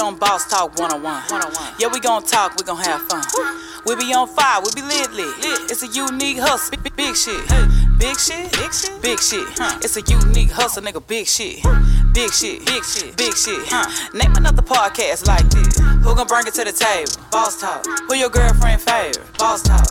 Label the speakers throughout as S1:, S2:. S1: on Boss Talk 101. Yeah, we gon' talk, we gon' have fun. We be on fire, we be lit lit. It's a unique hustle, big, big, big shit. Big shit, big shit, big shit. Huh. It's a unique hustle, nigga, big shit. Big shit, big shit, big shit. Huh. Name another podcast like this. Who gon' bring it to the table? Boss Talk. Who your girlfriend favorite? Boss Talk.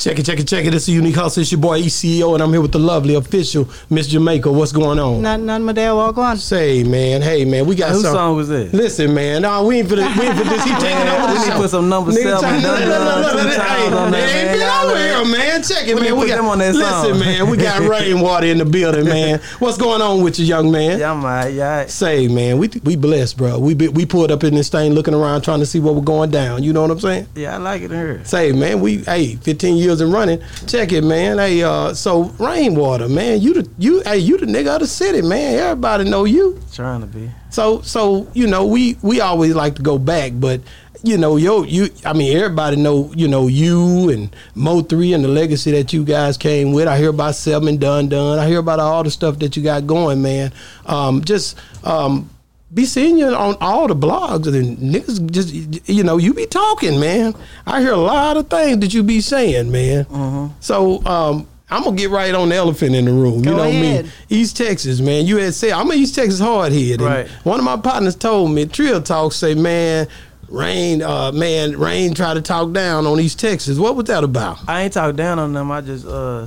S2: Check it, check it, check it. It's a unique hustle. It's your boy E ECO, and I'm here with the lovely official Miss Jamaica. What's going on?
S3: Nothing, nothing but that walk on.
S2: Say, man, hey, man, we got
S4: Whose
S2: something.
S4: song was that?
S2: Listen, man, nah, we ain't for this. We ain't for this. He taking over
S4: We
S2: the
S4: need to
S2: show.
S4: put some number
S2: Nigga,
S4: seven
S2: trying- no, no, no, no, no,
S4: dun-dun,
S2: no,
S4: two
S2: hey,
S4: times on that,
S2: they ain't
S4: man.
S2: been
S4: Y'all
S2: over
S4: know
S2: here,
S4: that.
S2: man. Check it,
S4: We
S2: man.
S4: need to
S2: We
S4: put
S2: got
S4: them on that
S2: listen,
S4: song.
S2: man. We got rainwater in the building, man. What's going on with you, young man?
S4: Yeah, I'm alright. Yeah, alright.
S2: Say, man, we we blessed, bro. We be, we pulled up in this thing, looking around, trying to see what was going down. You know what I'm saying?
S4: yeah, I like it in here.
S2: Say, man, we hey, 15 years and running. Check it, man. Hey, uh, so rainwater, man. You the you hey, you the nigga of the city, man. Everybody know you.
S4: Trying to be.
S2: So so you know we we always like to go back, but you know yo you I mean everybody know you know you and Mo three and the legacy that you guys came with. I hear about Selman Dun Dun. I hear about all the stuff that you got going, man. Um, just um. Be seeing you on all the blogs and niggas just you know you be talking man. I hear a lot of things that you be saying man.
S3: Mm-hmm.
S2: So um, I'm gonna get right on the elephant in the room. you
S3: Go
S2: know
S3: ahead.
S2: me, East Texas man. You had said I'm an East Texas hard head. And
S4: Right.
S2: One of my partners told me, Trill Talk, say, man, Rain, uh, man, Rain tried to talk down on East Texas. What was that about?
S4: I ain't talk down on them. I just uh,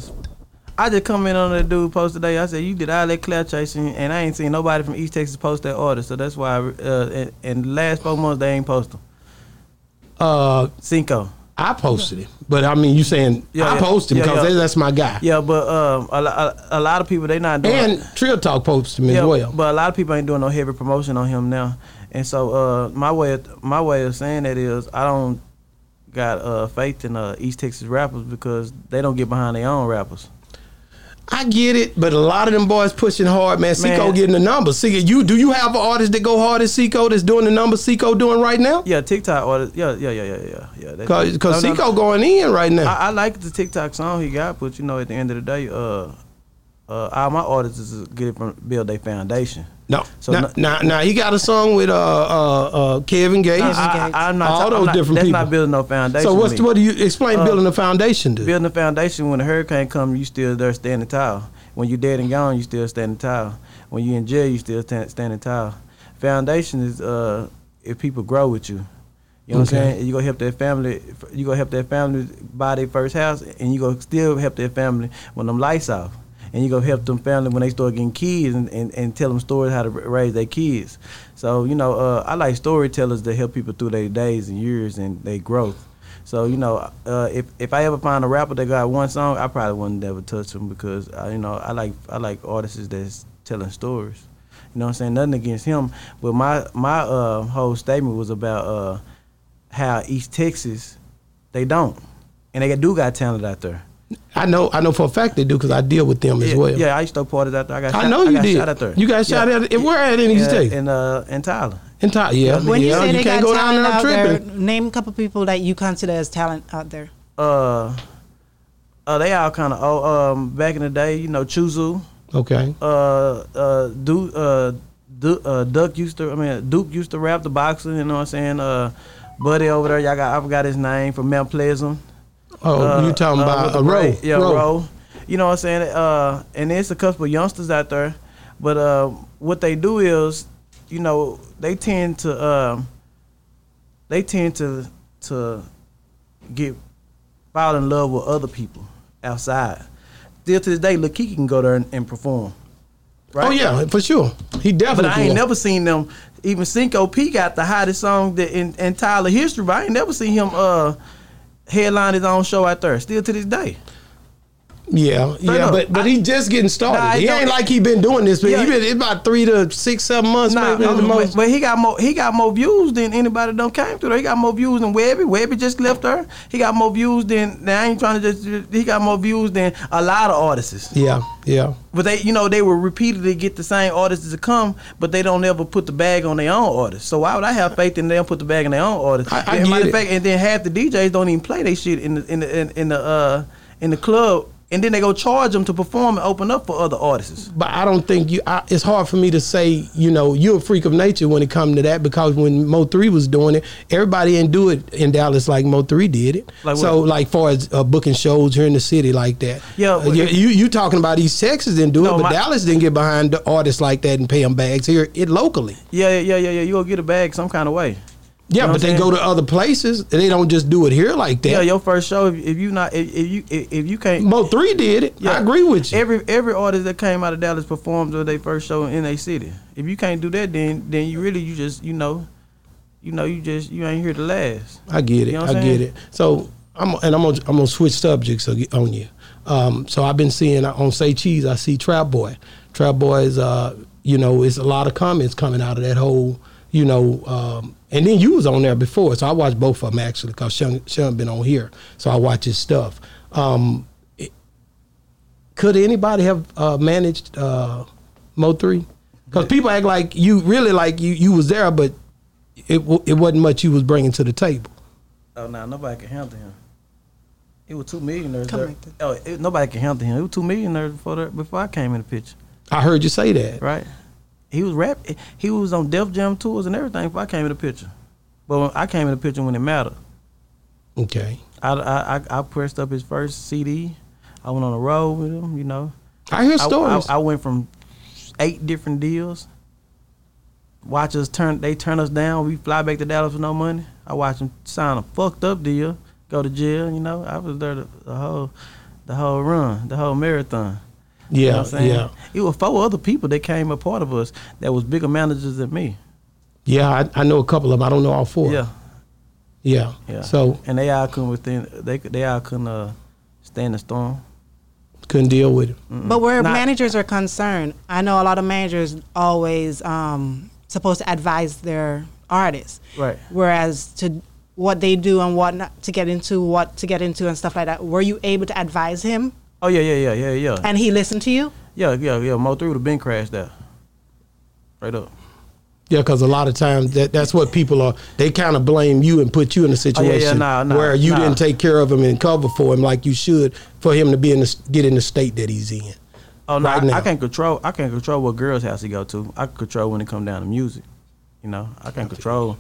S4: I just come in on that dude post today. I said you did all that clout chasing, and I ain't seen nobody from East Texas post that order. So that's why. I, uh, in, in the last four months they ain't posted.
S2: Uh,
S4: Cinco.
S2: I posted it, but I mean, you saying
S4: Yeah,
S2: I
S4: yeah.
S2: posted
S4: Yeah,
S2: because
S4: yeah.
S2: that's my guy.
S4: Yeah, but um, a, lo- a, a lot of people they not doing.
S2: And Trill Talk posted me
S4: Yeah,
S2: as well.
S4: But a lot of people ain't doing no heavy promotion on him now, and so uh, my way of, my way of saying that is I don't got uh, faith in uh, East Texas rappers because they don't get behind their own rappers.
S2: I get it, but a lot of them boys pushing hard, man. Seco
S4: Man.
S2: getting the numbers. See, you do you have an artist that go hard as Seco that's doing the numbers Seco doing right now?
S4: Yeah, TikTok or yeah, yeah, yeah, yeah, yeah, yeah. that-
S2: Cause, cause
S4: No, no,
S2: Seco going in right now.
S4: I, I like the TikTok song he got, but you know, at the end of the day, uh, uh, all my artists is get it from build their foundation.
S2: no,
S4: So
S2: now,
S4: no-
S2: now, now he got a song with uh uh, uh Kevin Gates.
S4: I, I, am not.
S2: All
S4: I'm
S2: those
S4: not-
S2: different
S4: That's
S2: people.
S4: not building no foundation.
S2: So
S4: to
S2: what's
S4: me. Uh,
S2: what do you explain building a foundation to?
S4: building a foundation when the hurricane come you still there standing tall when you dead and gone you still standing tall when you in jail you still stand, standing tall foundation is uh if people grow with you you know what
S2: Okay.
S4: I'm saying? You gonna help that family. You gonna help that family buy their first house, and you gonna still help that family when them lights off, and you gonna help them family when they start getting kids, and, and, and tell them stories how to ra- raise their kids. So you know, uh, I like storytellers that help people through their days and years and their growth. So you know, uh, if if I ever find a rapper that got one song, I probably wouldn't ever touch them because uh, you know I like I like artists that's telling stories. You know what I'm saying? Nothing against him, but my my uh, whole statement was about uh, how East Texas they don't, and they do got talent out there.
S2: I know, I know for a fact they do because I deal with them as
S4: yeah,
S2: well.
S4: yeah, I used to throw parties out there. I got
S2: I
S4: shot,
S2: know
S4: I
S2: you
S4: got
S2: did.
S4: Shot out there.
S2: You got shot at- and where at in East
S4: Yeah,
S2: Texas?
S4: In uh in Tyler.
S2: And Ty- yeah,
S3: When you
S2: yeah,
S3: say they
S2: can't
S3: got
S2: go down
S3: talent
S2: there
S3: out there,
S2: tripping.
S3: name a couple people that you consider as talent out there.
S4: Uh, uh, they all kind of old. Um, back in the day, you know, Chuzu.
S2: Okay,
S4: uh, uh, Duke, uh, Duke, uh, Duke used to, I mean, Duke used to rap the boxing, you know what I'm saying? Uh, Buddy over there, y'all got, I forgot his name, from Mount Pleasant.
S2: oh,
S4: Uh,
S2: you talking
S4: uh,
S2: about
S4: with the
S2: a row?
S4: braid. Yeah, row.
S2: Oh,
S4: You know what I'm saying? Uh, and it's a couple of youngsters out there, but uh, what they do is, you know, they tend to, um, they tend to, to get fall in love with other people outside. Still to this day, Lil Kiki can go there and, and perform.
S2: Oh yeah, for sure. He
S4: But
S2: definitely.
S4: I ain't
S2: can.
S4: never seen them. Even Cinco P got the hottest song that in, in Tyler history, but I ain't never seen him uh headline his own show out there. Still to this day.
S2: Yeah,
S4: No,
S2: yeah,
S4: no,
S2: but but
S4: I-
S2: he just getting started.
S4: Nah, I
S2: he ain't
S4: don't-
S2: like he been doing this, but he
S4: Yeah.
S2: been it's about three to six, seven months
S4: Nah,
S2: maybe at the
S4: I'm-
S2: most.
S4: but he got more he got more views than anybody done came through there. He got more views than Webby. Webby just left her. He got more views than now I ain't trying to just he got more views than a lot of artists.
S2: yeah, yeah.
S4: But they, you know, they will repeatedly get the same artists to come, but they don't ever put the bag on their own artists. So why would I have faith in them put the bag on their own artists?
S2: I- I
S4: and
S2: get it.
S4: fact, and then half the DJs don't even play they shit in the in the in, in the uh in the club and then they go charge them to perform and open up for other artists.
S2: but I don't think you. I, it's hard for me to say, you know, you're a freak of nature when it comes to that because when Mo Three was doing it, everybody didn't do it in Dallas like Mo Three did it.
S4: Like
S2: so,
S4: what?
S2: like far as uh, booking shows here in the city like that,
S4: Yeah,
S2: Uh,
S4: but-
S2: you, you you talking about East Texas didn't do
S4: No,
S2: it, but
S4: my-
S2: Dallas didn't get behind the artists like that and pay them bags here it locally.
S4: Yeah, yeah, yeah, yeah, yeah. You gonna get a bag some kind of way.
S2: Yeah,
S4: know what
S2: but
S4: I'm
S2: they
S4: saying?
S2: go to other places. They don't just do it here like that.
S4: Yeah, your first show. If, if you not, if, if you if, if you can't,
S2: Mo Three did it. I
S4: Yeah.
S2: agree with you.
S4: Every every artist that came out of Dallas performed their first show in a city. If you can't do that, then then you really you just you know, you know you just you ain't here to last.
S2: I get it.
S4: You know what
S2: I
S4: I'm
S2: get
S4: saying?
S2: it. So I'm and I'm gonna, I'm gonna switch subjects ag- on you. Um, so I've been seeing on Say Cheese. I see Trap Boy. Trap Boy is uh, you know it's a lot of comments coming out of that whole you know. Um, and then you was on there before, so I watched both of them actually because Sean, Sean been on here, so I watch his stuff. Um, it- could anybody have uh, managed uh, Mo three? Because people act like you really like you you was there, but it w- it wasn't much you was bringing to the table.
S4: Oh no, nobody can handle him. It was two millionaires.
S3: Come
S4: there.
S3: like that.
S4: Oh, it, nobody can handle him. It was two millionaires before the, before I came in the picture,
S2: I heard you say that.
S4: right? He was rap. He was on Def Jam tours and everything before I came in the picture. But when I came in the picture when it mattered.
S2: Okay.
S4: I, I, I, I pressed up his first CD. I went on a road with him. You know,
S2: I hear
S4: I,
S2: stories.
S4: I, I went from eight different deals. Watch us turn. They turn us down. We fly back to Dallas with no money. I watched them sign a fucked up deal. Go to jail. You know, I was there the, the whole, the whole run, the whole marathon. You know
S2: yeah,
S4: what I'm saying?
S2: yeah.
S4: It was four other people that came a part of us that was bigger managers than me.
S2: Yeah, I, I know a couple of them. I don't know all four.
S4: Yeah.
S2: Yeah.
S4: Yeah.
S2: So
S4: and they all couldn't within they they all couldn't uh, stand the storm.
S2: couldn't deal with it.
S4: Mm.
S3: But where
S4: Not-
S3: managers are concerned, I know a lot of managers always um, supposed to advise their artists.
S4: Right.
S3: Whereas to what they do and what not to get into, what to get into and stuff like that. Were you able to advise him
S4: Oh yeah, yeah, yeah, yeah, yeah.
S3: and he listened to you?
S4: yeah, yeah, yeah. Mo three would have been crashed out. Right up.
S2: Yeah, because a lot of times that, that's what people are. They kind of blame you and put you in a situation
S4: Oh, nah, nah,
S2: where you
S4: nah.
S2: didn't take care of him and cover for him like you should for him to be in the, get in the state that he's in.
S4: Oh no,
S2: Right
S4: I,
S2: now.
S4: I can't control. I can't control what girls' house he go to. I can control when it come down to music. You know, I can't control.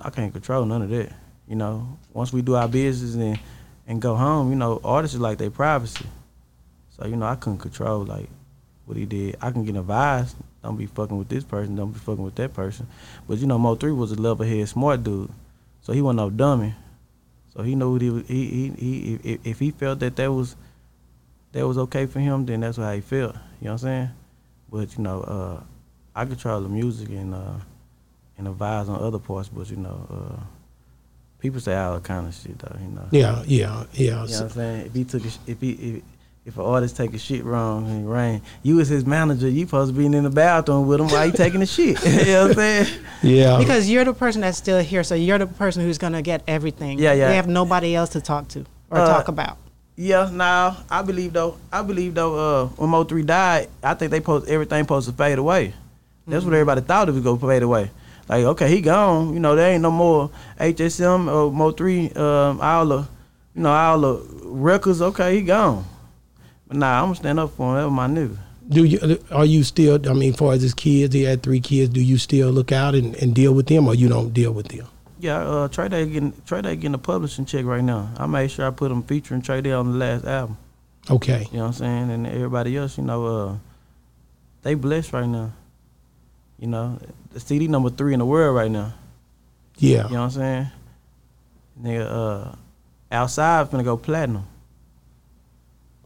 S4: I can't control none of that. You know, once we do our business and and go home, you know, artists is like their privacy. So you know, I couldn't control like what he did. I can get advice. Don't be fucking with this person. Don't be fucking with that person. But you know, Mo Three was a level head, smart dude. So he wasn't no dummy. So he knew what he was. He he, he if, if he felt that that was that was okay for him, then that's how he felt. You know what I'm saying? But you know, uh, I control the music and uh, and the vibes on other parts. But you know, uh, people say all kind of shit though. You know.
S2: Yeah, yeah, yeah.
S4: You know
S2: So-
S4: what I'm saying? If he took a, sh- if he if, if an artist take a shit wrong and rain, you as his manager, you supposed to be in the bathroom with him while he taking the shit. you know what I'm saying?
S2: yeah.
S3: Because you're the person that's still here, so you're the person who's gonna get everything.
S4: Yeah, yeah.
S3: They have nobody else to talk to or
S4: Uh,
S3: talk about.
S4: Yeah, nah. I believe though. I believe though. Uh, when Mo three died, I think they post everything supposed to fade away. That's what everybody thought it was gonna fade away. Like, okay, he gone. You know, there ain't no more HSM or uh, Mo three. Um, all the, you know, all the records. Okay, he gone. But nah, I'm gonna stand up for him. That was my nigga.
S2: do you uh, are you still? I mean, as far as his kids, he had three kids. Do you still look out and, and deal with them, or you don't deal with them?
S4: Yeah, uh, Trey Day getting Trey Day getting a publishing check right now. I made sure I put him featuring Trey Day on the last album.
S2: Okay.
S4: You know what I'm saying? And everybody else, you know, uh, they blessed right now. You know, the CD number three in the world right now.
S2: Yeah.
S4: You know what I'm saying? Nigga, uh, outside finna go platinum.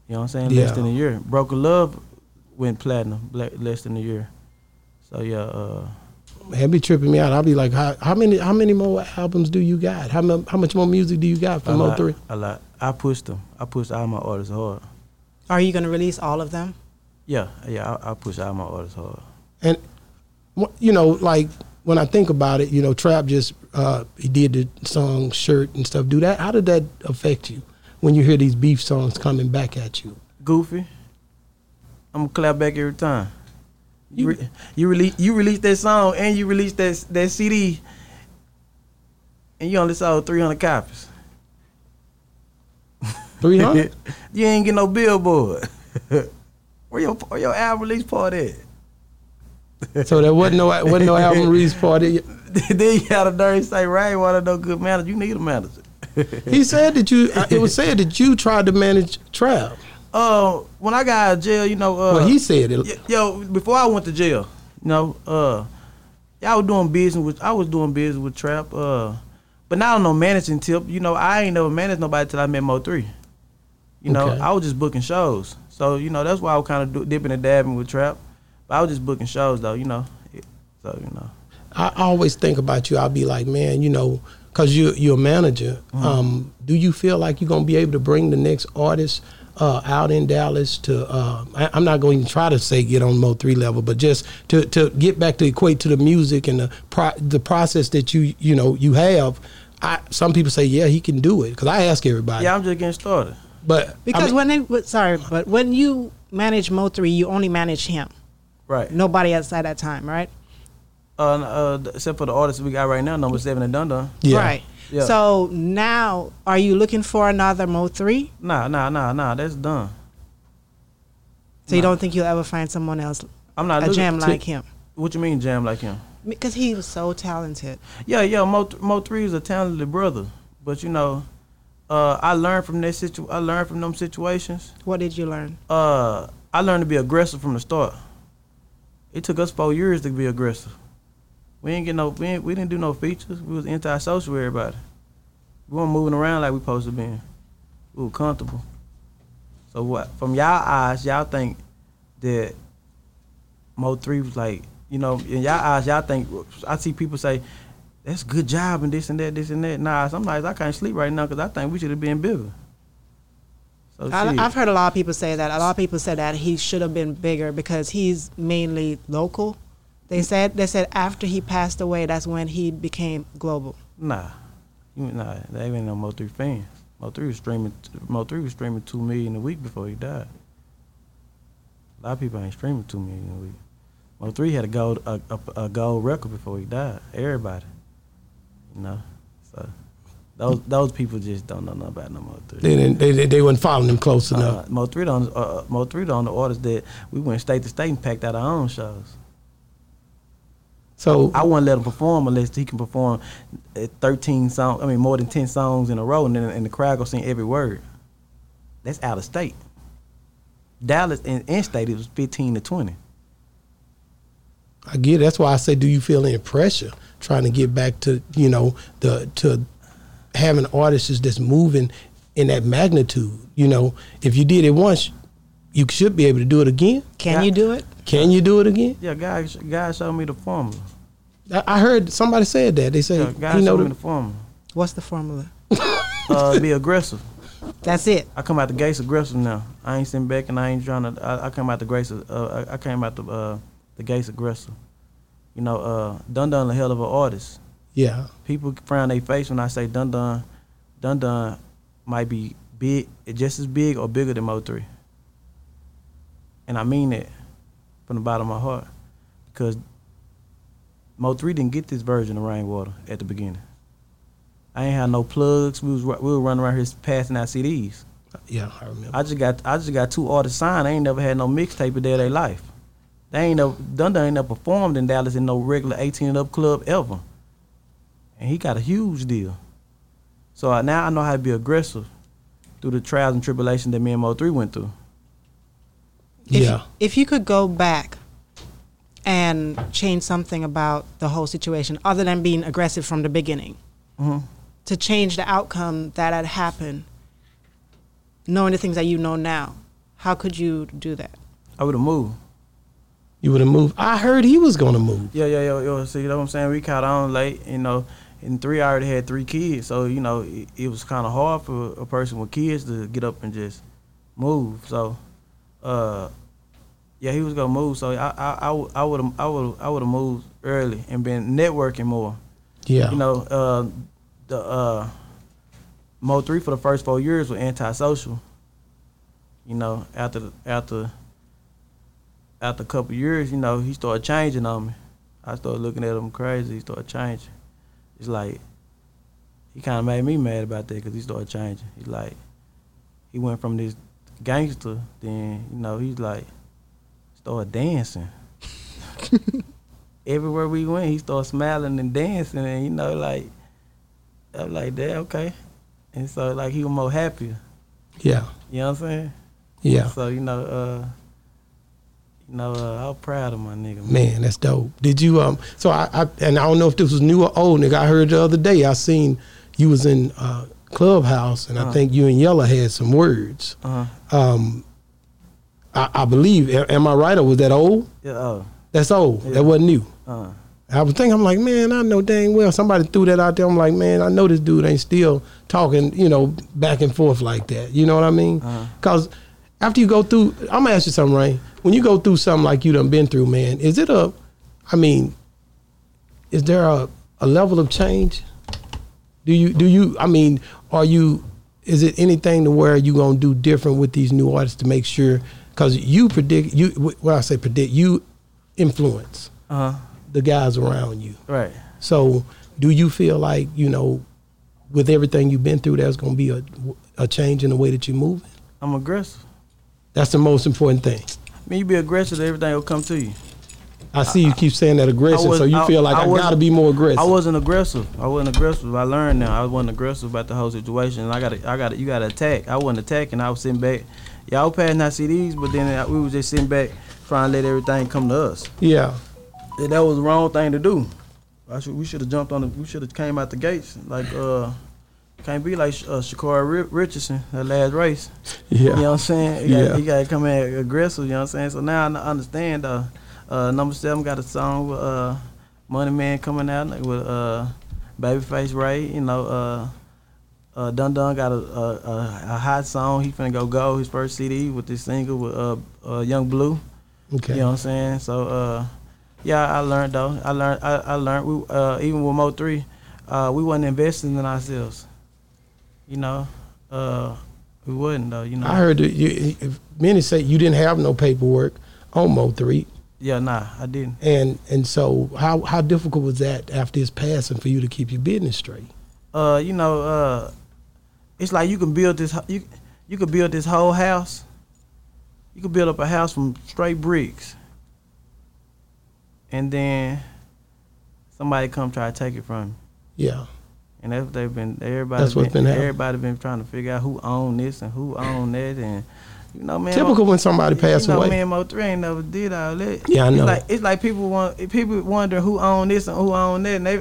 S4: You know what I'm saying?
S2: Yeah.
S4: Less than a year. Broken Love went platinum, le- less than a year. So yeah, uh,
S2: That'd be tripping me out. I'll be like, how, how many how many more albums do you got? How mu- how much more music do you got
S4: a
S2: from Mo
S4: lot-
S2: three?
S4: a lot. I pushed them. I pushed all my artists hard.
S3: Are you gonna release all of them?
S4: Yeah, yeah, I, I push all my artists hard.
S2: And wh- you know, like when I think about it, you know, Trap just uh, he did the song Shirt and stuff. Do that? How did that affect you when you hear these beef songs coming back at you?
S4: Goofy, I'm gonna clap back every time.
S2: You-
S4: You re- you release you release that song and you release that s- that CD, and you only sold 300 copies.
S2: Three hundred.
S4: you ain't get no billboard. where your where your album release part at?
S2: so there wasn't no wasn't no album release party.
S4: then you had a dirty say, "Right, want no good manager? You need a manager."
S2: He said that you. uh, It was said that you tried to manage Trav.
S4: Uh, when I got out of jail, you know, uh,
S2: Well, he said it.
S4: Y- yo, before I went to jail, you know, uh, y'all was doing business with I was doing business with Trap, uh, but not on no managing tip. You know, I ain't never managed nobody till I met Mo Three. You know,
S2: Okay.
S4: I was just booking shows, so you know that's why I was kind of dipping and dabbing with Trap. But I was just booking shows though, you know. It- So you know,
S2: I always think about you. I'll be like, man, you know, because you you're a manager. Um, do you feel like you're gonna be able to bring the next artist uh, out in Dallas to? Uh, I, I'm not going to try to say get on Mo three level, but just to to get back to equate to the music and the pro- the process that you you know you have. I, some people say, yeah, he can do it because I ask everybody.
S4: yeah, I'm just getting started.
S2: but I
S3: Because
S2: mean-
S3: when it, but- sorry, but when you manage Mo three, you only manage him.
S4: Right. No.
S3: Nobody else at that time, right?
S4: Uh, uh, except for the artists we got right now, number seven and Dun Dun.
S2: Yeah.
S3: Right.
S4: Yeah.
S3: So now, are you looking for another Mo three?
S4: Nah, nah, nah, nah. That's done.
S3: So you don't think you'll ever find someone else
S4: I'm not
S3: a
S4: looking-
S3: jam like him?
S4: What you mean jam like him?
S3: Because he was so talented.
S4: Yeah, yeah. Mo, th- Mo three is a talented brother, but you know, uh, I learned from that situ. I learned from them situations.
S3: What did you learn?
S4: Uh, I learned to be aggressive from the start. It took us four years to be aggressive. We ain't get no. We, ain't, we didn't do no features. We was antisocial with everybody. We weren't moving around like we supposed to be. We were comfortable. So what? From y'all eyes, y'all think that Mo three was like, you know, in y'all eyes, y'all think. I see people say, "That's good job" and this and that, this and that. Nah, sometimes I can't sleep right now because I think we should have been bigger. So
S3: I,
S4: shit.
S3: I've heard a lot of people say that. A lot of people said that he should have been bigger because he's mainly local. They said they said after he passed away, that's when he became global.
S4: Nah, you nah. They ain't no Mo three fans. Mo three was streaming. Mo three was streaming two million a week before he died. A lot of people ain't streaming two million a week. Mo three had a gold a, a, a gold record before he died. Everybody, you know. So those those people just don't know nothing about no Mo three.
S2: they, didn't- they, they, they weren't following him close
S4: Uh,
S2: enough.
S4: Mo three on uh, Mo three on the artists that we went state to state and packed out our own shows.
S2: So
S4: I wouldn't let him perform unless he can perform uh, 13 songs, I mean, more than 10 songs in a row, and then and the crowd gonna sing every word. That's out of state. Dallas in, in state, it was 15 to 20.
S2: I get. It. That's why I say, do you feel any pressure trying to get back to you know the to having artists that's moving in that magnitude? You know, if you did it once, you should be able to do it again.
S3: Can
S4: Yeah.
S3: you do it?
S2: Can you do it again?
S4: Yeah, God, God showed me the formula.
S2: I I heard somebody said that. They said
S4: Yeah, God
S2: you know
S4: showed me
S2: the,
S4: the formula.
S3: What's the formula?
S4: Uh, be aggressive.
S3: That's it.
S4: I come out the gates aggressive now. I ain't sitting back and I ain't trying to. I, I come out the gates. Uh, I, I came out the uh, the gates aggressive. You know, uh, Dun Dun a hell of an artist.
S2: yeah.
S4: people frown their face when I say Dun Dun. Dun Dun might be big, just as big or bigger than Mo Three, and I mean that from the bottom of my heart, because Mo Three didn't get this version of Rainwater at the beginning. I ain't had no plugs. We was ru- we were running around here passing out CDs.
S2: Yeah, I remember.
S4: I just got I just got two artists signed. They ain't never had no mixtape a day of their life. They ain't never Dun Dun ain't never performed in Dallas in no regular eighteen and up club ever. And he got a huge deal. So I, now I know how to be aggressive through the trials and tribulations that me and Mo three went through.
S3: If,
S2: yeah.
S3: If you could go back and change something about the whole situation, other than being aggressive from the beginning, to change the outcome that had happened, knowing the things that you know now, how could you do that?
S4: I would have moved.
S2: You would have moved. I heard he was gonna move.
S4: Yeah, yeah, yeah, yeah. See, you know what I'm saying? We caught on late, you know. And three, I already had three kids, so you know it, it was kind of hard for a person with kids to get up and just move. So, uh, yeah, he was gonna move. So I, I, I would, I would, I would have moved early and been networking more.
S2: Yeah.
S4: You know, uh, the uh, Mo three for the first four years was antisocial. You know, after the- after after a couple years, you know, he started changing on me. I started looking at him crazy. He started changing. It's like he kind of made me mad about that because he started changing. He's like, he went from this gangster, then you know he's like started dancing. Everywhere we went, he started smiling and dancing, and you know like I'm like that okay, and so like he was more happier.
S2: Yeah.
S4: You know what I'm saying?
S2: Yeah.
S4: So you know, uh, you know, uh, I was proud of my nigga. Man.
S2: Man, that's dope. Did you um? So I, I and I don't know if this was new or old, nigga. I heard the other day. I seen you was in uh, clubhouse, and I think you and Yella had some words.
S4: Uh-huh.
S2: Um, I, I believe. a- Am I right or was that old?
S4: Yeah, oh,
S2: That's old. That wasn't new.
S4: uh,
S2: I was thinking, I'm like, man, I know dang well somebody threw that out there. I'm like, man, I know this dude ain't still talking, you know, back and forth like that. You know what I mean? Because after you go through, I'm gonna ask you something, Ray. When you go through something like you done been through, man, is it a, I mean, is there a, a level of change? Do you do you? I mean, are you? Is it anything to where you gonna do different with these new artists to make sure? Because you predict you. wh- When I say predict, you influence
S4: uh,
S2: the guys around you.
S4: right.
S2: So, do you feel like you know, with everything you've been through, there's going to be a, a change in the way that you move?
S4: I'm aggressive.
S2: That's the most important thing.
S4: I mean, you be aggressive, everything will come to you.
S2: I see you keep saying that aggressive,
S4: was-
S2: so you
S4: I-
S2: feel like
S4: I
S2: I,
S4: was-
S2: got to be more aggressive.
S4: I wasn't aggressive. I wasn't aggressive. I learned now. I wasn't aggressive about the whole situation. And I got, I got, you got to attack. I wasn't attacking. I was sitting back. Y'all passing out CDs, but then I- we was just sitting back trying to let everything come to us.
S2: yeah,
S4: That that was the wrong thing to do. I should, we should have jumped on. The, we should have came out the gates like. uh can't be like uh, Shakari Ri- Richardson, that last race. You know what
S2: yeah,
S4: I'm saying? You gotta,
S2: Yeah.
S4: you gotta come at aggressive, you know what I'm saying? So now I n- understand uh, uh number seven got a song with uh Money Man coming out like, with uh Babyface Ray, you know, uh uh Dun Dun got a, a, a, a hot song, he finna go go his first CD with this single with uh, uh Young Blue.
S2: okay,
S4: You know what I'm saying? So uh yeah, I learned though. I learned I, I learned we uh even with Mo three, uh we wasn't investing in ourselves. You know? Uh we wouldn't though, you know.
S2: I heard that you, if- many say you didn't have no paperwork on Mo three,
S4: Yeah, nah, I didn't.
S2: and and so how how difficult was that after his passing for you to keep your business straight?
S4: Uh, you know, uh, it's like you can build this hu- you you can build this whole house. You can build up a house from straight bricks, and then somebody come try to take it from you.
S2: Yeah,
S4: And that's what they've been. Everybody.
S2: That's what's been happening.
S4: Everybody been trying to figure out who owned this and who owned that, and you know, man.
S2: typical when somebody passed
S4: you know,
S2: away.
S4: Me and Mo three ain't never did all that.
S2: Yeah, I know.
S4: It's like, it's like people want people wonder who owned this and who owned that, and they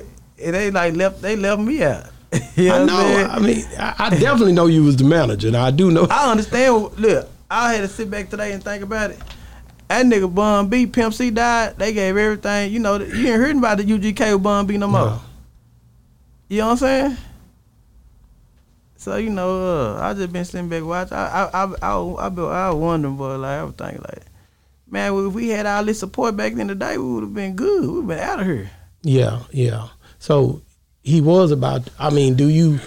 S4: and they like left they left me out. you know
S2: I
S4: what
S2: know.
S4: I'm saying?
S2: I mean, I, I definitely know you was the manager. Now I do know.
S4: I understand. Look, I had to sit back today and think about it. That nigga Bun B, Pimp C died. They gave everything. You know, you ain't hearing about the UGK with Bun B no more.
S2: No.
S4: You know what I'm saying? So you know, uh, I just been sitting back watching. I I I I, I, be, I was wondering, boy. Like I was thinking, like, man, if we had all this support back in the day, we would have been good. We'd been out of here.
S2: Yeah, yeah. So he was about. I mean, do you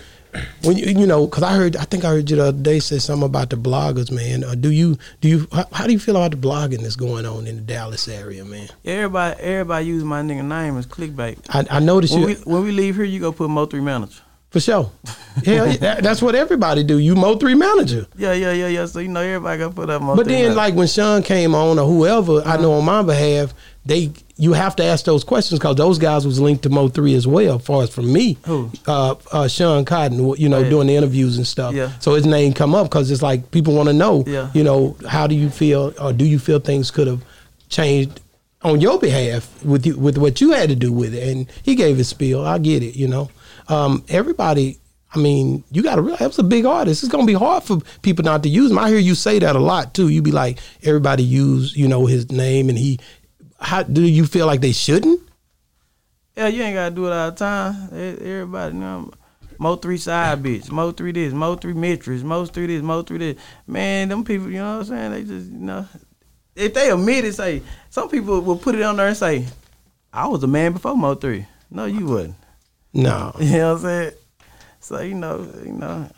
S2: when you you know? Because I heard. I think I heard you the other day say something about the bloggers, man. Uh, do you do you? How, how do you feel about the blogging that's going on in the Dallas area, man?
S4: Everybody, everybody used my nigga name as clickbait.
S2: I, I noticed
S4: When
S2: you
S4: we when we leave here, you go put Mo three manager.
S2: for sure. Hell, yeah, that- that's what everybody do. You mo three manager.
S4: Yeah, yeah, yeah, yeah. So you know everybody gonna put up. Mo
S2: But
S4: three
S2: then,
S4: manager.
S2: like when Sean came on or whoever,
S4: Uh-huh.
S2: I know on my behalf, they you have to ask those questions because those guys was linked to Mo three as well. As far as from me,
S4: Who?
S2: Uh, uh, Sean Cotton, you know,
S4: yeah.
S2: doing the interviews and stuff.
S4: Yeah.
S2: So his name come up because it's like people want to know.
S4: Yeah.
S2: You know, how do you feel or do you feel things could have changed? On your behalf, with you, with what you had to do with it, and he gave his spiel. I get it, you know. Um, everybody, I mean, you got to realize that was a big artist. It's gonna be hard for people not to use him. I hear you say that a lot too. You be like, everybody use, you know, his name, and he. How do you feel like they shouldn't?
S4: Yeah, you ain't gotta do it all the time. E- Everybody, you know, Mo three side bitch, Mo three this, Mo three mistress, Mo three this, Mo three this. Man, them people, you know what I'm saying? They just, you know, if they admit it, say some people will put it on there and say, "I was a man before Mo three. No, you wasn't.
S2: No.
S4: You know what I'm saying? So you know, you know,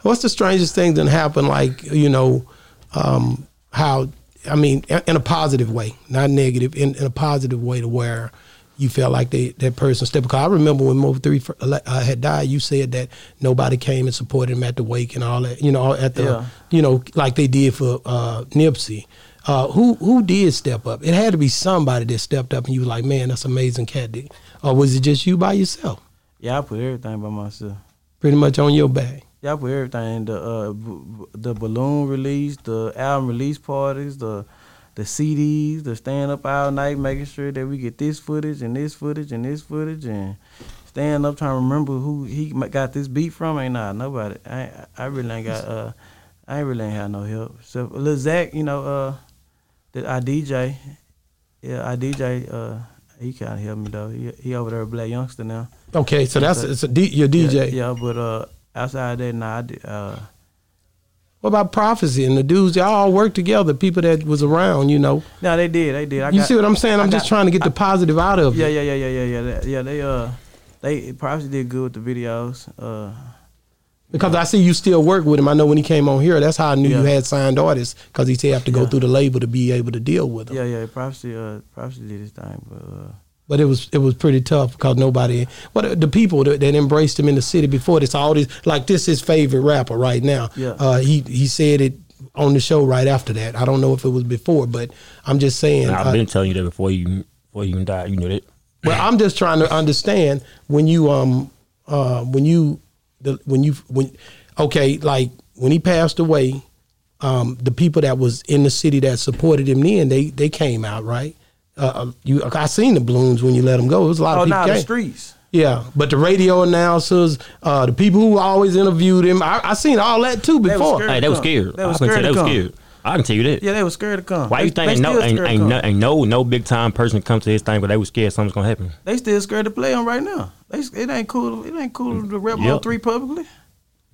S2: What's the strangest thing that happened? Like you know, um, how I mean, in a positive way, not negative, in, in a positive way, to where you felt like they, that person stepped. Because I remember when Mobile Three fir- ele- uh, had died, you said that nobody came and supported him at the wake and all that. You know, at the
S4: Yeah.
S2: you know like they did for uh, Nipsey. Uh, who who did step up? It had to be somebody that stepped up, and you were like, "Man, that's amazing, cat." Dick." Or was it just you by yourself,
S4: Yeah, I put everything by myself.
S2: pretty much on your back?
S4: Yeah, I put everything the uh, b- b- the balloon release, the album release parties, the the CDs, the staying up all night making sure that we get this footage and this footage and this footage and staying up trying to remember who he m- got this beat from. Ain't nah nobody. I ain't- I really ain't got uh I ain't really ain't had no help. So little Zach, you know uh that I DJ, yeah I DJ uh he kind of helped me though. He he over there a black youngster now.
S2: Okay, so that's it's a D, your
S4: Yeah,
S2: DJ.
S4: Yeah, but uh outside of that, nah I did. Uh,
S2: What about prophecy and the dudes? Y'all all work together. People that was around, you know.
S4: No, they did. They did. I
S2: you
S4: got,
S2: see what I'm saying? I'm
S4: I
S2: just
S4: got-
S2: trying to get the positive out of
S4: Yeah,
S2: it.
S4: yeah, yeah, yeah, yeah, yeah. They, yeah, they uh, they probably did good with the videos. Uh,
S2: Because I see you still work with him. I know when he came on here, that's how I knew you
S4: Yeah.
S2: had signed artists because he said you have to go
S4: Yeah.
S2: through the label to be able to deal with them.
S4: yeah, yeah. Prophecy, uh, prophecy did his thing, but uh,
S2: But it was it was pretty tough because nobody. What the people that, that embraced him in the city before this, all this like this his favorite rapper right now.
S4: Yeah.
S2: Uh, he he said it on the show right after that. I don't know if it was before, but I'm just saying.
S5: Nah,
S2: uh,
S5: I've been telling you that before you before you even died. You know that.
S2: Well, I'm just trying to understand when you um uh when you the when you when okay like when he passed away, um the people that was in the city that supported him then they they came out right. Uh, you I seen the balloons when you let them go. It was a lot
S4: oh,
S2: of people.
S4: nah, the
S2: came.
S4: streets.
S2: Yeah, but the radio announcers, uh, the people who always interviewed him, I, I seen all that too
S4: was
S2: before.
S4: scary.
S5: Hey, they was
S4: come.
S5: scared.
S4: They was
S5: I can tell
S4: scared to
S5: they was
S4: come.
S5: scared. I can tell you that.
S4: Yeah, they were scared to come.
S5: Why
S4: they,
S5: you think ain't
S4: they
S5: no
S4: still
S5: ain't,
S4: scared to
S5: ain't
S4: come.
S5: no ain't no no big time person come to his thing, but they was scared something's gonna happen.
S4: They still scared to play him right now. They, s- it ain't cool. It ain't cool to rep
S5: Yep.
S4: on three publicly.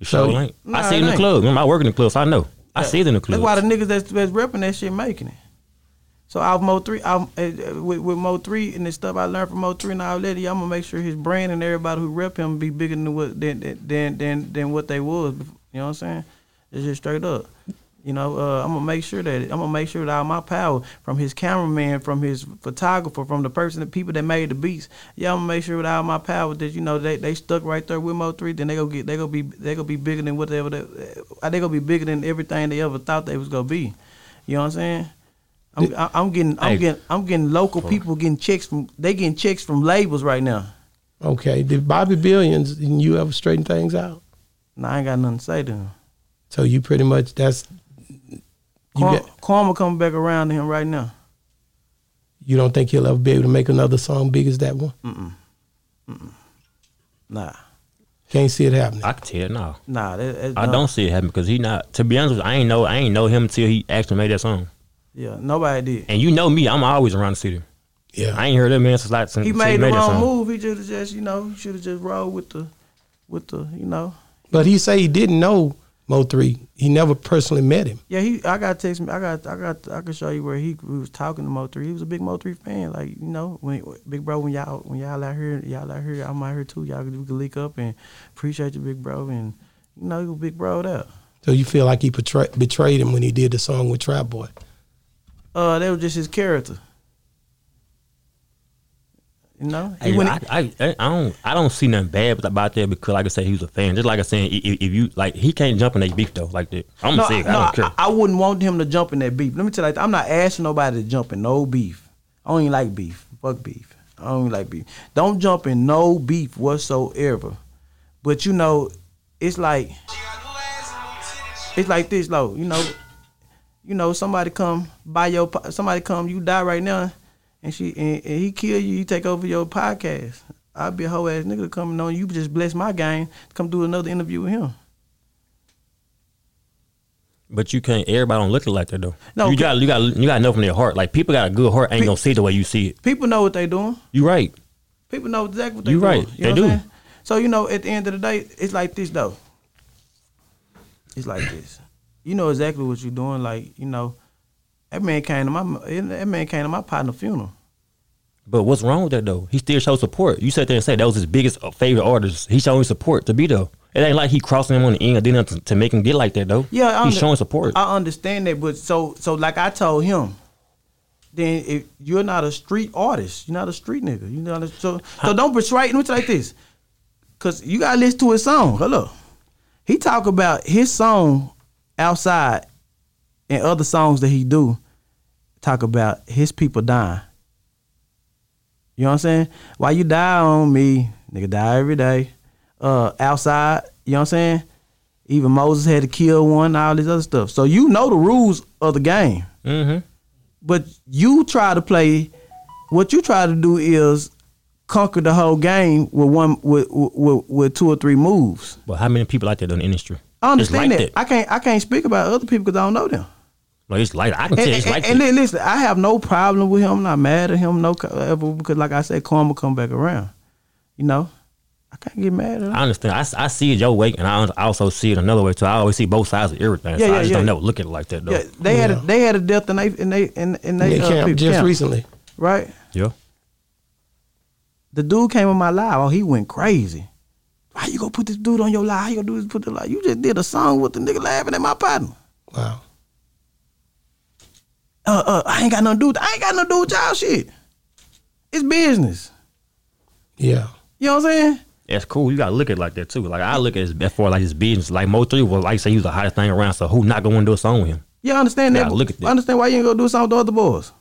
S5: It sure
S2: So-
S5: ain't.
S4: Nah,
S5: I
S4: it
S5: see it in the
S4: ain't.
S5: club. Remember, I work in the club, so I know. I see it in the club.
S4: That's why the niggas that's, that's repping that shit making it. So I've Mo three, I've, uh, with, with Mo three and the stuff I learned from Mo three and all that, I'm gonna make sure his brand and everybody who rep him be bigger than what than than than, than what they was. bef- You know what I'm saying? It's just straight up. You know, uh, I'm gonna make sure that I'm gonna make sure that all my power from his cameraman, from his photographer, from the person, the people that made the beats. Yeah, I'm gonna make sure with all my power that you know they, they stuck right there with Mo three. Then they gonna get they gonna be they gonna be bigger than whatever they uh, they gonna be bigger than everything they ever thought they was gonna be. You know what I'm saying? I'm, I- I'm getting, I'm
S5: Hey.
S4: getting, I'm getting local people getting checks from. They getting checks from labels right now.
S2: Okay, did Bobby Billions and you ever straighten things out?
S4: Now I ain't got nothing to say to him.
S2: So you pretty much that's you
S4: Karma,
S2: got-
S4: karma coming back around to him right now.
S2: You don't think he'll ever be able to make another song big as that one?
S4: Nah,
S2: Can't see it happening.
S5: I can tell now.
S4: nah. That, that's
S5: I
S4: done.
S5: don't see it happen because he not. To be honest, with you, I ain't know. I ain't know him until he actually made that song.
S4: Yeah, nobody did.
S5: And you know me, I'm always around the city.
S2: yeah,
S5: I ain't heard that man since like since
S4: He made the
S5: that
S4: wrong
S5: song.
S4: move. He should have just, you know, he should have just rolled with the, with the, you know.
S2: but he say he didn't know Mo Three. He never personally met him.
S4: Yeah, he. I got text. I got. I got. I can show you where he, we was talking to Mo three. He was a big Mo three fan. Like you know, when big bro, when y'all when y'all out here, y'all out here, I'm out here too. Y'all can we can link up and appreciate you, big bro. And you know, you big bro up.
S2: So you feel like he betray, betrayed him when he did the song with Trap Boy.
S4: Uh, that was just his character. You know, he
S5: Hey,
S4: went.
S5: I, I, I don't I don't see nothing bad about that because like I said he was a fan just like I said if, if you like he can't jump in that beef though like that I'm
S4: no,
S5: sick
S4: no,
S5: I don't care
S4: I, wouldn't want him to jump in that beef. Let me tell you, I'm not asking nobody to jump in no beef. I don't even like beef. Fuck beef. I don't even like beef. Don't jump in no beef whatsoever. But you know, it's like it's like this though. You know, you know somebody come buy your po- somebody come you die right now, and she and, and he kill you. You take over your podcast. I'd be a whole ass nigga coming on. You just bless my game. Come do another interview with him.
S5: but you can't everybody don't look like that though
S4: No,
S5: you
S4: okay.
S5: got you got you got to know from their heart like people got a good heart ain't
S4: Pe-
S5: gonna see it the way you see it
S4: People know what they doing.
S5: you right
S4: People know exactly what they
S5: You
S4: doing,
S5: right. They
S4: what
S5: do.
S4: I'm saying? So you know, at the end of the day, it's like this though. It's like this. You know exactly what you're doing. Like you know, that man came to my that man came to my partner funeral.
S5: but what's wrong with that though he still shows support you sat there and said that was his biggest uh, favorite artist he showing support to be though it ain't like he crossing him on the end or did nothing to, to make him get like that though
S4: Yeah, I
S5: he's
S4: under-
S5: showing support
S4: I understand that, but so so like I told him, then if you're not a street artist, you're not a street nigga. You know, so so don't persuade. Let me tell you like this, cause you gotta listen to his song. Hello, he talk about his song outside and other songs that he do talk about his people dying. You know what I'm saying? Why you die on me, nigga die every day. Uh outside, you know what I'm saying? Even Moses had to kill one, all this other stuff. So you know the rules of the game. Mm-hmm. But you try to play what you try to do is conquer the whole game with one with with, with two or three moves.
S5: But how many people like that in the industry?
S4: I understand
S5: it's
S4: that.
S5: like
S4: I can't I can't speak about other people because I don't know them.
S5: Like it's like I can tell
S4: And,
S5: it's
S4: and-
S5: like
S4: and
S5: that.
S4: then listen, I have no problem with him. I'm not mad at him. No, co- ever because like I said, karma come back around. You know, I can't get mad at him.
S5: I understand. I, s- I see it your way, and I un- I also see it another way too. I always see both sides of everything.
S4: Yeah,
S5: so
S4: yeah,
S5: I just
S4: yeah.
S5: don't know. Look at it like that though.
S4: yeah, they had a, they had a death and they and they and, and they,
S2: They
S4: uh,
S2: camp
S4: people
S2: just
S4: camp,
S2: recently.
S4: right.
S5: Yeah.
S4: The dude came on my live. Oh, he went crazy. How you gonna put this dude on your live? How you gonna do this? Put the live? You just did a song with the nigga laughing at my partner.
S2: Wow.
S4: uh, uh, I ain't got nothing to do with I ain't got nothing to do with y'all shit. It's business.
S2: Yeah.
S4: You know what I'm saying?
S5: That's cool. You gotta look at it like that too. Like I look at it as far like his business. Like Mo three was like say he was the hottest thing around. So who not gonna wanna do a song with him?
S4: You understand
S5: Yeah,
S4: that?
S5: look at that.
S4: Understand why you ain't gonna do something with the other boys?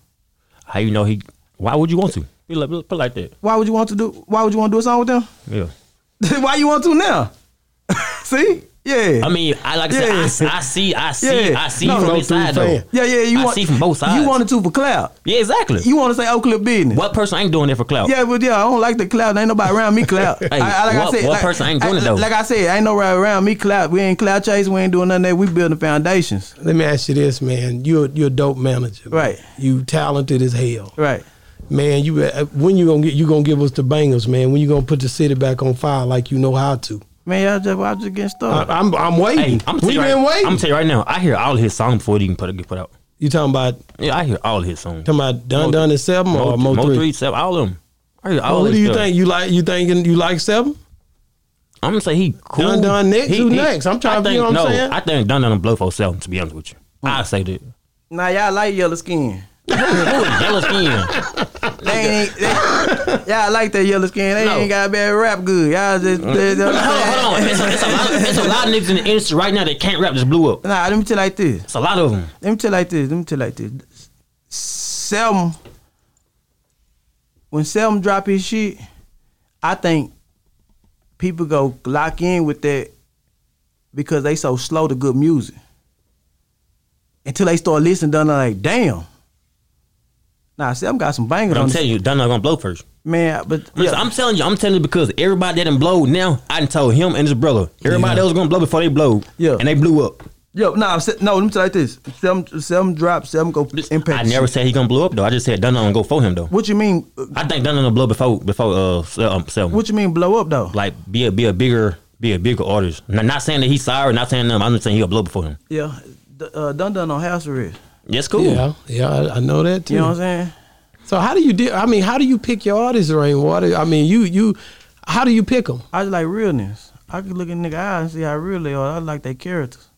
S5: How you know he? Why would you want to? Be like, put it like that.
S4: Why would you want to do? Why would you want to do a song with them?
S5: Yeah.
S4: why you want to now? See? Yeah.
S5: I mean, I like I said, I s- I, see, I see,
S4: Yeah.
S5: I see
S4: No,
S5: from
S2: no,
S5: his side
S2: through the
S5: though.
S2: fan.
S4: yeah, yeah. You
S5: I
S4: want
S5: see from both sides.
S4: You wanted to for clout.
S5: Yeah, exactly.
S4: You want to say Oakland business.
S5: what person ain't doing it for clout?
S4: Yeah, but yeah, I don't like the clout. Ain't nobody around me clout. I, I- like I
S5: what-
S4: said,
S5: what
S4: like,
S5: person ain't doing
S4: I,
S5: it, though?
S4: Like I said, ain't nobody around me clout. We ain't clout chase. We ain't doing nothing. That we building foundations.
S2: Let me ask you this, man. You're you're a dope manager. man.
S4: Right.
S2: You talented as hell,
S4: Right.
S2: man. You uh, when you gonna get you gonna give us the bangers, man? When you gonna put the city back on fire like you know how to?
S4: Man, y'all just, I'm just getting
S2: Uh, I,
S4: started.
S2: I'm I'm
S5: Hey,
S2: waiting.
S5: I'm
S2: We've
S5: telling you, right,
S2: been
S5: I'm
S2: waiting.
S5: tell you right now. I hear all his songs before it even put get put out.
S2: you talking about
S5: Yeah, I hear all his songs.
S2: talking about Dun
S5: Mo-
S2: Dun and Seven or Mo, Three?
S5: seven, all of them. I hear all
S2: Oh, who
S5: his
S2: do you
S5: stuff.
S2: think you like? You thinking you like Seven?
S5: I'm gonna say he cool.
S2: Dun Dun next?
S5: He-
S2: Who
S5: he-
S2: next? I'm trying
S5: I
S2: to- you
S5: think,
S2: know what I'm
S5: no,
S2: saying?
S5: I think Dun Dun blow for himself. To be honest with you, I say that.
S4: Now y'all like yellow skin.
S5: Who is yellow skin?
S4: They ain't. They, y'all like that yellow skin. They
S5: No. Mm.
S4: ain't got bad rap good. Y'all just. they- they-
S5: Hold on, it's a, it's, a lot, it's a lot of niggas in the industry right now that can't rap. Just blew up.
S4: Nah, let me tell you like this.
S5: It's a lot of them.
S4: Let me tell you like this. Let me tell you like this. Selm. When Selm drop his shit, I think people go lock in with that because they so slow to good music. Until they start listening, done like damn. Nah, Selm got some bangers
S5: But
S4: on
S5: I'm
S4: this-
S5: telling you, Dun Dun gonna blow first.
S4: man. But yeah,
S5: Listen, I'm telling you, I'm telling you because everybody that done blow now, I done told him and his brother. Everybody else gonna blow before they blow.
S4: Yeah.
S5: And they blew up.
S4: Yo, no, nah, I'm sa- no. Let me tell you like this: some, some drop, some go impact.
S5: I never
S4: shit.
S5: said he gonna blow up though. I just said Dun Dun gonna go for him though.
S4: What you mean? uh,
S5: I think Dun Dun gonna blow before before uh sell, um, sell
S4: What you mean? Blow up though?
S5: like be a be a bigger be a bigger artist. Not, not saying that he's sorry, not saying nothing. I'm just saying he'll blow before him.
S4: yeah, D- uh, done done on house arrest.
S5: That's cool.
S2: Yeah, yeah, I, I know that too.
S4: You know what I'm saying?
S2: so how do you deal? I mean, how do you pick your artists, Rainwater? I mean, you you, how do you pick them?
S4: I just like realness. I can look in nigga eyes and see how real they are. I like their characters.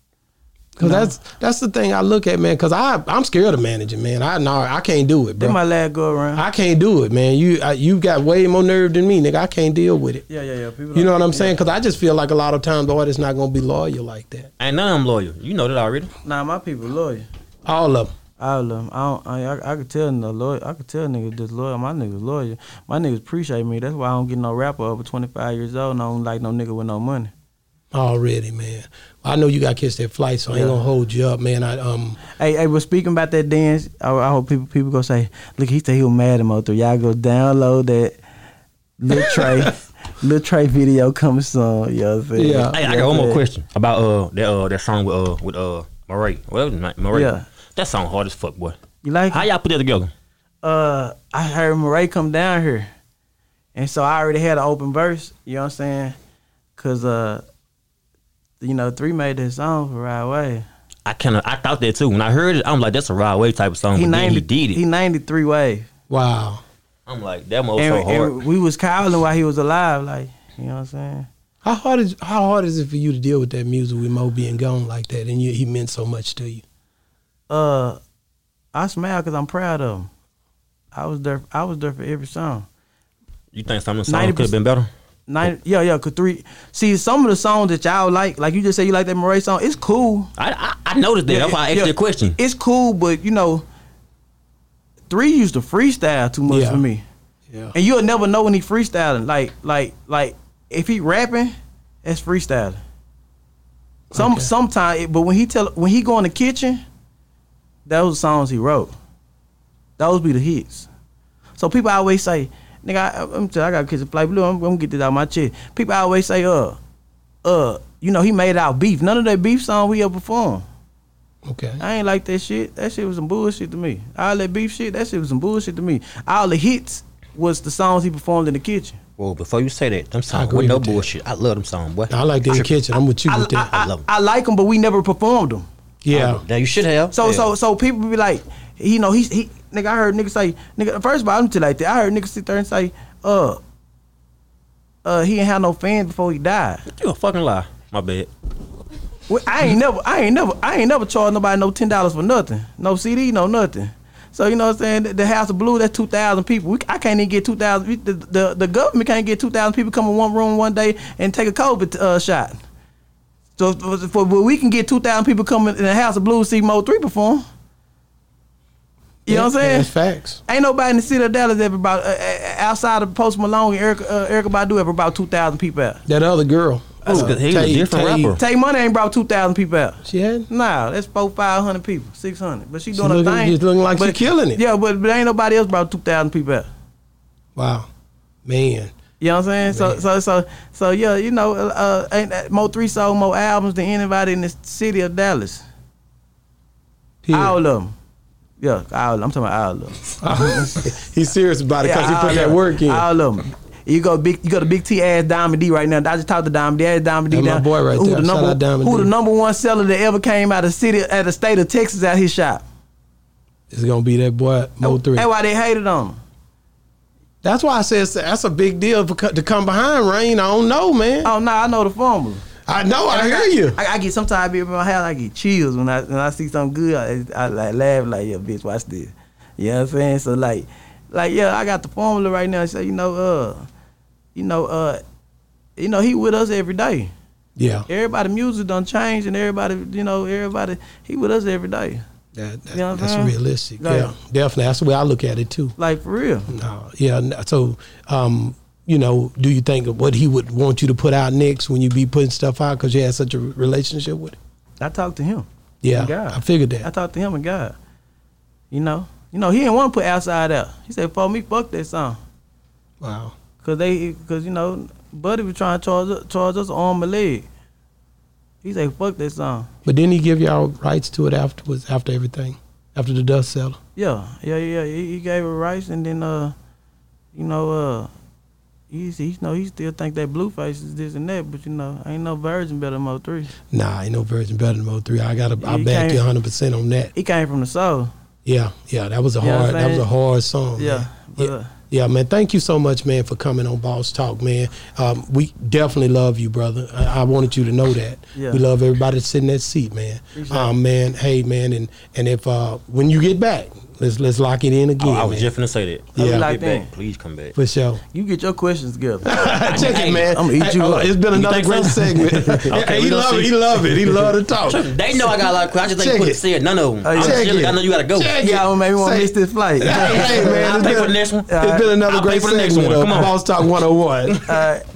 S2: Cause that's that's the thing I look at, man. Cause I I'm scared of managing, man. I know I can't do it,
S4: They
S2: bro.
S4: my last go around.
S2: I can't do it, man. You I, you got way more nerve than me, nigga. I can't deal with it.
S4: yeah, yeah, yeah. People
S2: You know
S4: don't-
S2: what I'm saying? Cause I just feel like a lot of times the artist's not gonna be loyal like that.
S5: Ain't none of them loyal. You know that already.
S4: Nah, my people loyal.
S2: All of them.
S4: I love. 'em. I don't. I, I, I could tell no loyal. I could tell niggas disloyal. My niggas loyal. My niggas appreciate me. That's why I don't get no rapper over 25 years old. And I don't like no nigga with no money.
S2: Already, man. I know you got to catch that flight, so I ain't gonna hold you up, man. I um,
S4: Hey, hey, but speaking about that dance, I, I hope people people go say, look, he said he was mad at Motor. Y'all go download that Lil Trey, Lil Trey video coming soon. You know what I'm saying?
S2: Yeah.
S5: Hey, I got one more question about uh that uh that song with uh with uh Murray. Well, not Murray.
S4: Yeah.
S5: That song hard as fuck, boy.
S4: You like?
S5: How
S4: it?
S5: y'all put that together?
S4: uh, I heard Murray come down here, and so I already had an open verse. You know what I'm saying? Cause uh, you know, three made that song for right away.
S5: I kind of I thought that too. When I heard it, I'm like, that's a Rod Wave type of song. He, but then he did it.
S4: He named three wave.
S2: wow.
S5: I'm like, that mo
S4: and,
S5: Oh, so hard.
S4: and we was calling while he was alive. Like, you know what I'm saying?
S2: How hard is how hard is it for you to deal with that music with Mo being gone like that, and you, he meant so much to you?
S4: uh, I smile because I'm proud of him. I was there. I was there for every song.
S5: You think some of the songs could have been better? Oh.
S4: Nine, yeah, yeah, cause three. See, some of the songs that y'all like, like you just said, you like that Murray song. It's cool.
S5: I I, I noticed that. That's why I asked
S4: Yeah,
S5: you the question.
S4: It's cool, but you know, three used to freestyle too much
S2: Yeah.
S4: for me,
S2: Yeah.
S4: and you'll never know when he freestyling. Like, like, like if he rapping, that's freestyling. Some
S2: Okay.
S4: sometime, but when he tell when he go in the kitchen, those songs he wrote. Those be the hits. So people always say, nigga, I, I'm tell- I got kids fly blue. I'm, I'm gonna get this out my chest. People always say, uh, uh, you know, he made out beef. None of that beef song we ever performed.
S2: Okay.
S4: I ain't like that shit. That shit was some bullshit to me. All that beef shit, that shit was some bullshit to me. All the hits was the songs he performed in the kitchen.
S5: Well, before you say that, them songs
S2: agree
S5: with no
S2: with that.
S5: bullshit. I love them songs, boy.
S2: I like that kitchen. I'm with you
S4: I,
S2: with
S4: I,
S2: that.
S5: I love 'em.
S4: I, I like them, but we never performed them.
S2: yeah.
S5: Now you should have.
S4: So
S5: Yeah.
S4: so so people be like, you know, he he nigga. I heard niggas say nigga. First of all, I'm too like that. I heard niggas sit there and say, uh, uh, he ain't had no fans before he died.
S5: you a fucking lie. My bad.
S4: Well, I ain't never, I ain't never, I ain't never charged nobody no ten dollars for nothing, no CD, no nothing. So you know what I'm saying? The, the House of Blues, that's two thousand people. We, I can't even get two thousand. The, the the government can't get two thousand people come in one room one day and take a COVID uh, shot. So for, for well, we can get two thousand people coming in the House of Blues see Mo three perform. You know what I'm saying?
S2: That's facts.
S4: Ain't nobody in the city of Dallas ever about uh, uh, outside of Post Malone and Erica, uh, Erica Badu ever about two thousand people out.
S2: That other girl.
S5: That's
S2: Ooh,
S5: good. He was a
S2: Tay-
S5: different
S2: Tay-
S5: rapper.
S4: Tay Money ain't brought two thousand people out.
S2: She had.
S4: Nah, that's four five hundred people, six hundred. But she doing
S2: looking-
S4: her thing.
S2: just looking like she
S4: but,
S2: killing it.
S4: Yeah, but, but ain't nobody else brought two thousand people out.
S2: Wow. Man.
S4: You know what I'm saying? So so so so yeah, you know, uh, ain't that, Mo three sold more albums than anybody in the city of Dallas.
S2: Period.
S4: All of them. Yeah, all. I'm talking about all of them.
S2: He's serious about it because
S4: Yeah,
S2: he put
S4: all
S2: that
S4: of 'em.
S2: work in.
S4: All of them. You go big. You go to Big T ass Diamond D right now. I just talked to Diamond D. Ass Diamond D.
S2: That's my
S4: down-
S2: boy right
S4: who
S2: there.
S4: The
S2: Shout
S4: number,
S2: out Diamond
S4: who
S2: D.
S4: the number one seller that ever came out of city out of the state of Texas at his shop.
S2: It's gonna be that boy Mo three.
S4: That's Oh, why they hated on him.
S2: That's why I said it's- that's a big deal for, co- to come behind Rain. I don't know, man.
S4: Oh no, I know the formula.
S2: I know. I hear
S4: got-
S2: you.
S4: I, I get sometimes I be in my house, I get chills when I when I see something good. I, I like laugh like, yeah, bitch, watch this. You know what I'm saying? So like, like yeah, I got the formula right now. So you know, uh, you know, uh, you know, he with us every day.
S2: Yeah.
S4: Everybody music done changed, and everybody, you know, everybody, he with us every day.
S2: That, that-
S4: You know what I'm
S2: that's
S4: saying?
S2: realistic.
S4: Like-
S2: yeah, definitely. That's the way I look at it too.
S4: Like for real.
S2: No, yeah. no, So, um, you know, do you think of what he would want you to put out next when you be putting stuff out because you had such a relationship with it?
S4: I talked to him.
S2: Yeah,
S4: God.
S2: I figured
S4: I
S2: that.
S4: talked to him and God. You know, you know, he didn't want to put outside out. He said, "Fuck me, fuck that song."
S2: Wow.
S4: Cause they, cause you know, Buddy was trying to charge us- charge us on my leg. He say, "Fuck that song."
S2: But didn't he give y'all rights to it afterwards, after everything, after the dust settled?
S4: Yeah, yeah, yeah. He, he gave it rice, and then uh, you know uh, he he you know he still think that Blueface is this and that, but you know ain't no Virgin better than Mo Three.
S2: Nah, ain't no version better than Mo three. I gotta, I
S4: You
S2: back
S4: can't-
S2: you 100 percent on that.
S4: He came from the soul.
S2: Yeah, yeah, that was a
S4: You know what
S2: hard,
S4: I'm
S2: that was a
S4: saying?
S2: hard song.
S4: Yeah,
S2: man.
S4: but,
S2: yeah,
S4: uh,
S2: yeah, man. Thank you so much, man, for coming on Boss Talk, man. Um, we definitely love you, brother. I, I wanted you to know that.
S4: Yeah.
S2: We love everybody that's in that seat, man. Um, man, hey, man, and and if uh, when you get back, let's let's lock it in again,
S5: Oh, I was
S2: man.
S5: just gonna say that.
S2: Yeah.
S5: Get
S4: Like that.
S5: back. Please come back.
S2: for sure.
S4: You get your questions together.
S2: Check it, man.
S4: I'ma eat you
S2: oh,
S4: up.
S2: It's been another
S5: think
S2: great segment.
S5: Okay,
S2: he
S5: we gonna
S2: love it.
S5: see.
S2: He love it. He love to talk. Check
S5: They know I got a lot of questions. I just
S2: Check
S5: ain't put
S2: it.
S5: said none of them.
S4: Oh,
S5: I'm
S4: yeah.
S5: serious.
S2: it.
S5: I know you gotta go.
S2: Check it.
S4: Y'all maybe want to
S2: Say-
S4: miss this flight.
S2: Hey, man,
S5: I'll
S2: it's
S5: pay
S2: been-
S5: for the next one.
S2: It's been another
S5: I'll pay
S2: great
S5: for the next
S2: segment
S5: one.
S2: of
S5: Come on.
S2: Boss Talk 101.
S4: All right.